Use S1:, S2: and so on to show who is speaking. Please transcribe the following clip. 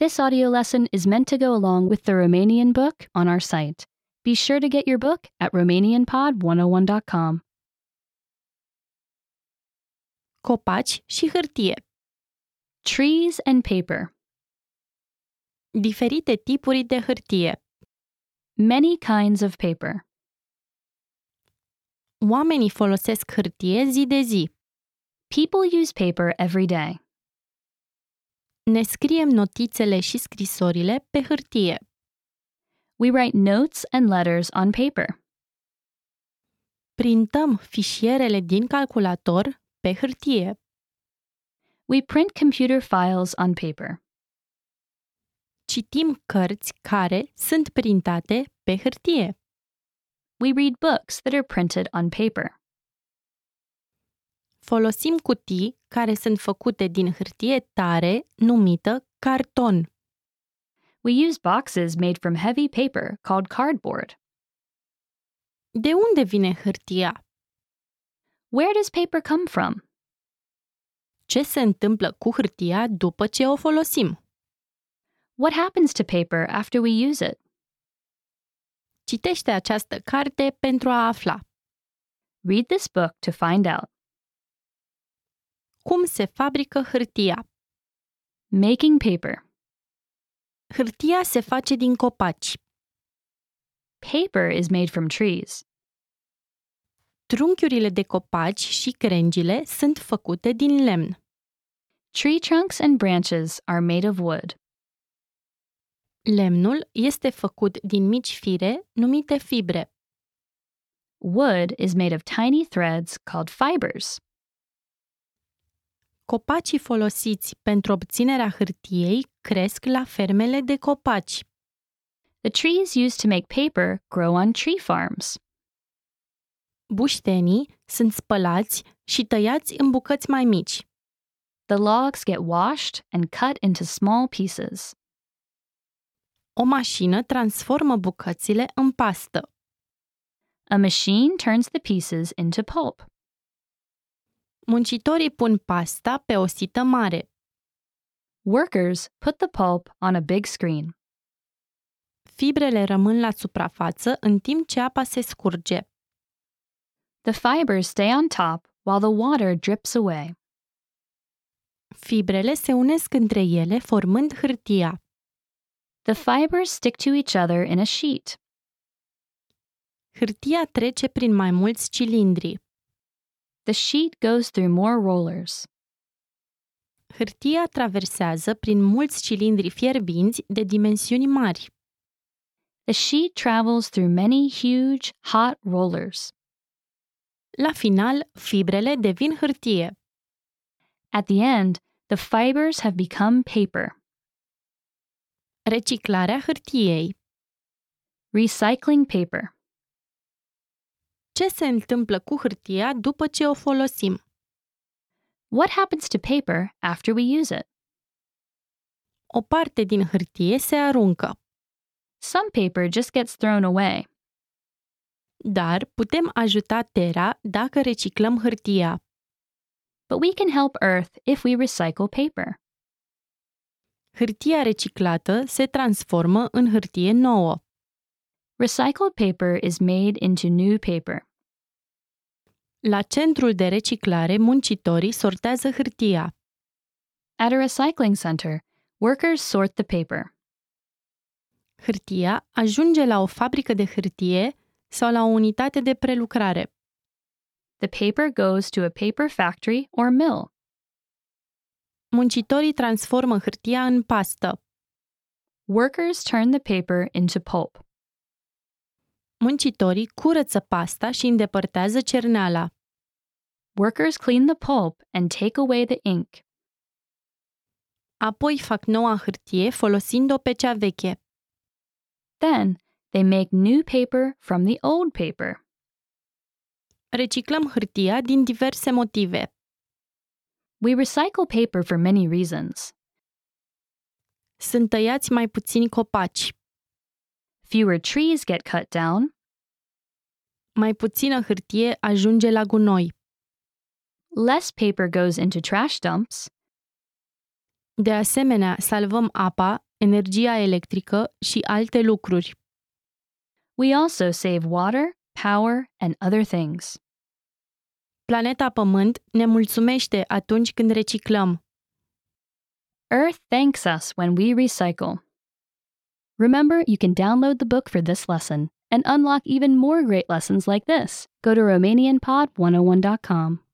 S1: This audio lesson is meant to go along with the Romanian book on our site. Be sure to get your book at RomanianPod101.com.
S2: copaci și hârtie,
S1: Trees and paper.
S2: diferite tipuri de hârtie.
S1: Many kinds of paper.
S2: Oamenii folosesc hârtie zi de zi.
S1: People use paper every day.
S2: Ne scriem notițele și scrisorile pe hârtie.
S1: We write notes and letters on paper.
S2: Printăm fișierele din calculator pe hârtie.
S1: We print computer files on paper.
S2: Citim cărți care sunt printate pe hârtie.
S1: We read books that are printed on paper.
S2: Folosim cutii care sunt făcute din hârtie tare, numită carton.
S1: We use boxes made from heavy paper called cardboard.
S2: De unde vine hârtia?
S1: Where does paper come from?
S2: Ce se întâmplă cu hârtia după ce o folosim?
S1: What happens to paper after we use it?
S2: Citește această carte pentru a afla.
S1: Read this book to find out.
S2: Cum se fabrică hârtia?
S1: Making paper.
S2: Hârtia se face din copaci.
S1: Paper is made from trees.
S2: Trunchiurile de copaci și crengile sunt făcute din lemn.
S1: Tree trunks and branches are made of wood.
S2: Lemnul este făcut din mici fire numite fibre.
S1: Wood is made of tiny threads called fibers.
S2: Copacii folosiți pentru obținerea hârtiei cresc la fermele de copaci.
S1: The trees used to make paper grow on tree farms.
S2: Buștenii sunt spălați și tăiați în bucăți mai mici.
S1: The logs get washed and cut into small pieces.
S2: O mașină transformă bucățile în pastă.
S1: A machine turns the pieces into pulp.
S2: Muncitorii pun pasta pe o sită mare.
S1: Workers put the pulp on a big screen.
S2: Fibrele rămân la suprafață în timp ce apa se scurge.
S1: The fibers stay on top while the water drips away.
S2: Fibrele se unesc între ele formând hârtia.
S1: The fibers stick to each other in a sheet.
S2: Hârtia trece prin mai mulți cilindri.
S1: The sheet goes through more rollers.
S2: Hârtia traversează prin mulți cilindri fierbinți de dimensiuni mari.
S1: The sheet travels through many huge, hot rollers.
S2: La final, fibrele devin hârtie.
S1: At the end, the fibers have become paper.
S2: Reciclarea hârtiei.
S1: Recycling paper.
S2: Ce se întâmplă cu hârtia după ce o folosim?
S1: What happens to paper after we use it?
S2: O parte din hârtie se aruncă,
S1: Some paper just gets thrown away,
S2: dar putem ajuta Terra dacă reciclăm hârtia.
S1: but we can help Earth if we recycle paper.
S2: Hârtia reciclată se transformă în hârtie nouă.
S1: Recycled paper is made into new paper.
S2: La centrul de reciclare, muncitorii sortează hârtia.
S1: At a recycling center, workers sort the paper.
S2: Hârtia ajunge la o fabrică de hârtie sau la o unitate de prelucrare.
S1: The paper goes to a paper factory or mill.
S2: Muncitorii transformă hârtia în pastă.
S1: Workers turn the paper into pulp.
S2: Muncitorii curăță pasta și îndepărtează cerneala.
S1: Workers clean the pulp and take away the ink.
S2: Apoi fac noua hârtie folosind-o pe cea veche.
S1: Then, they make new paper from the old paper.
S2: Reciclăm hârtia din diverse motive.
S1: We recycle paper for many reasons.
S2: Sunt tăiați mai puțini copaci,
S1: Fewer trees get cut down,
S2: mai puțină hârtie ajunge la gunoi.
S1: less paper goes into trash dumps,
S2: De asemenea, salvăm apa energia electrică și alte lucruri.
S1: We also save water, power, and other things.
S2: Planeta Pământ ne mulțumește atunci când reciclăm.
S1: Earth thanks us when we recycle. Remember, you can download the book for this oh lesson and unlock even more great lessons like this. Go to RomanianPod101.com.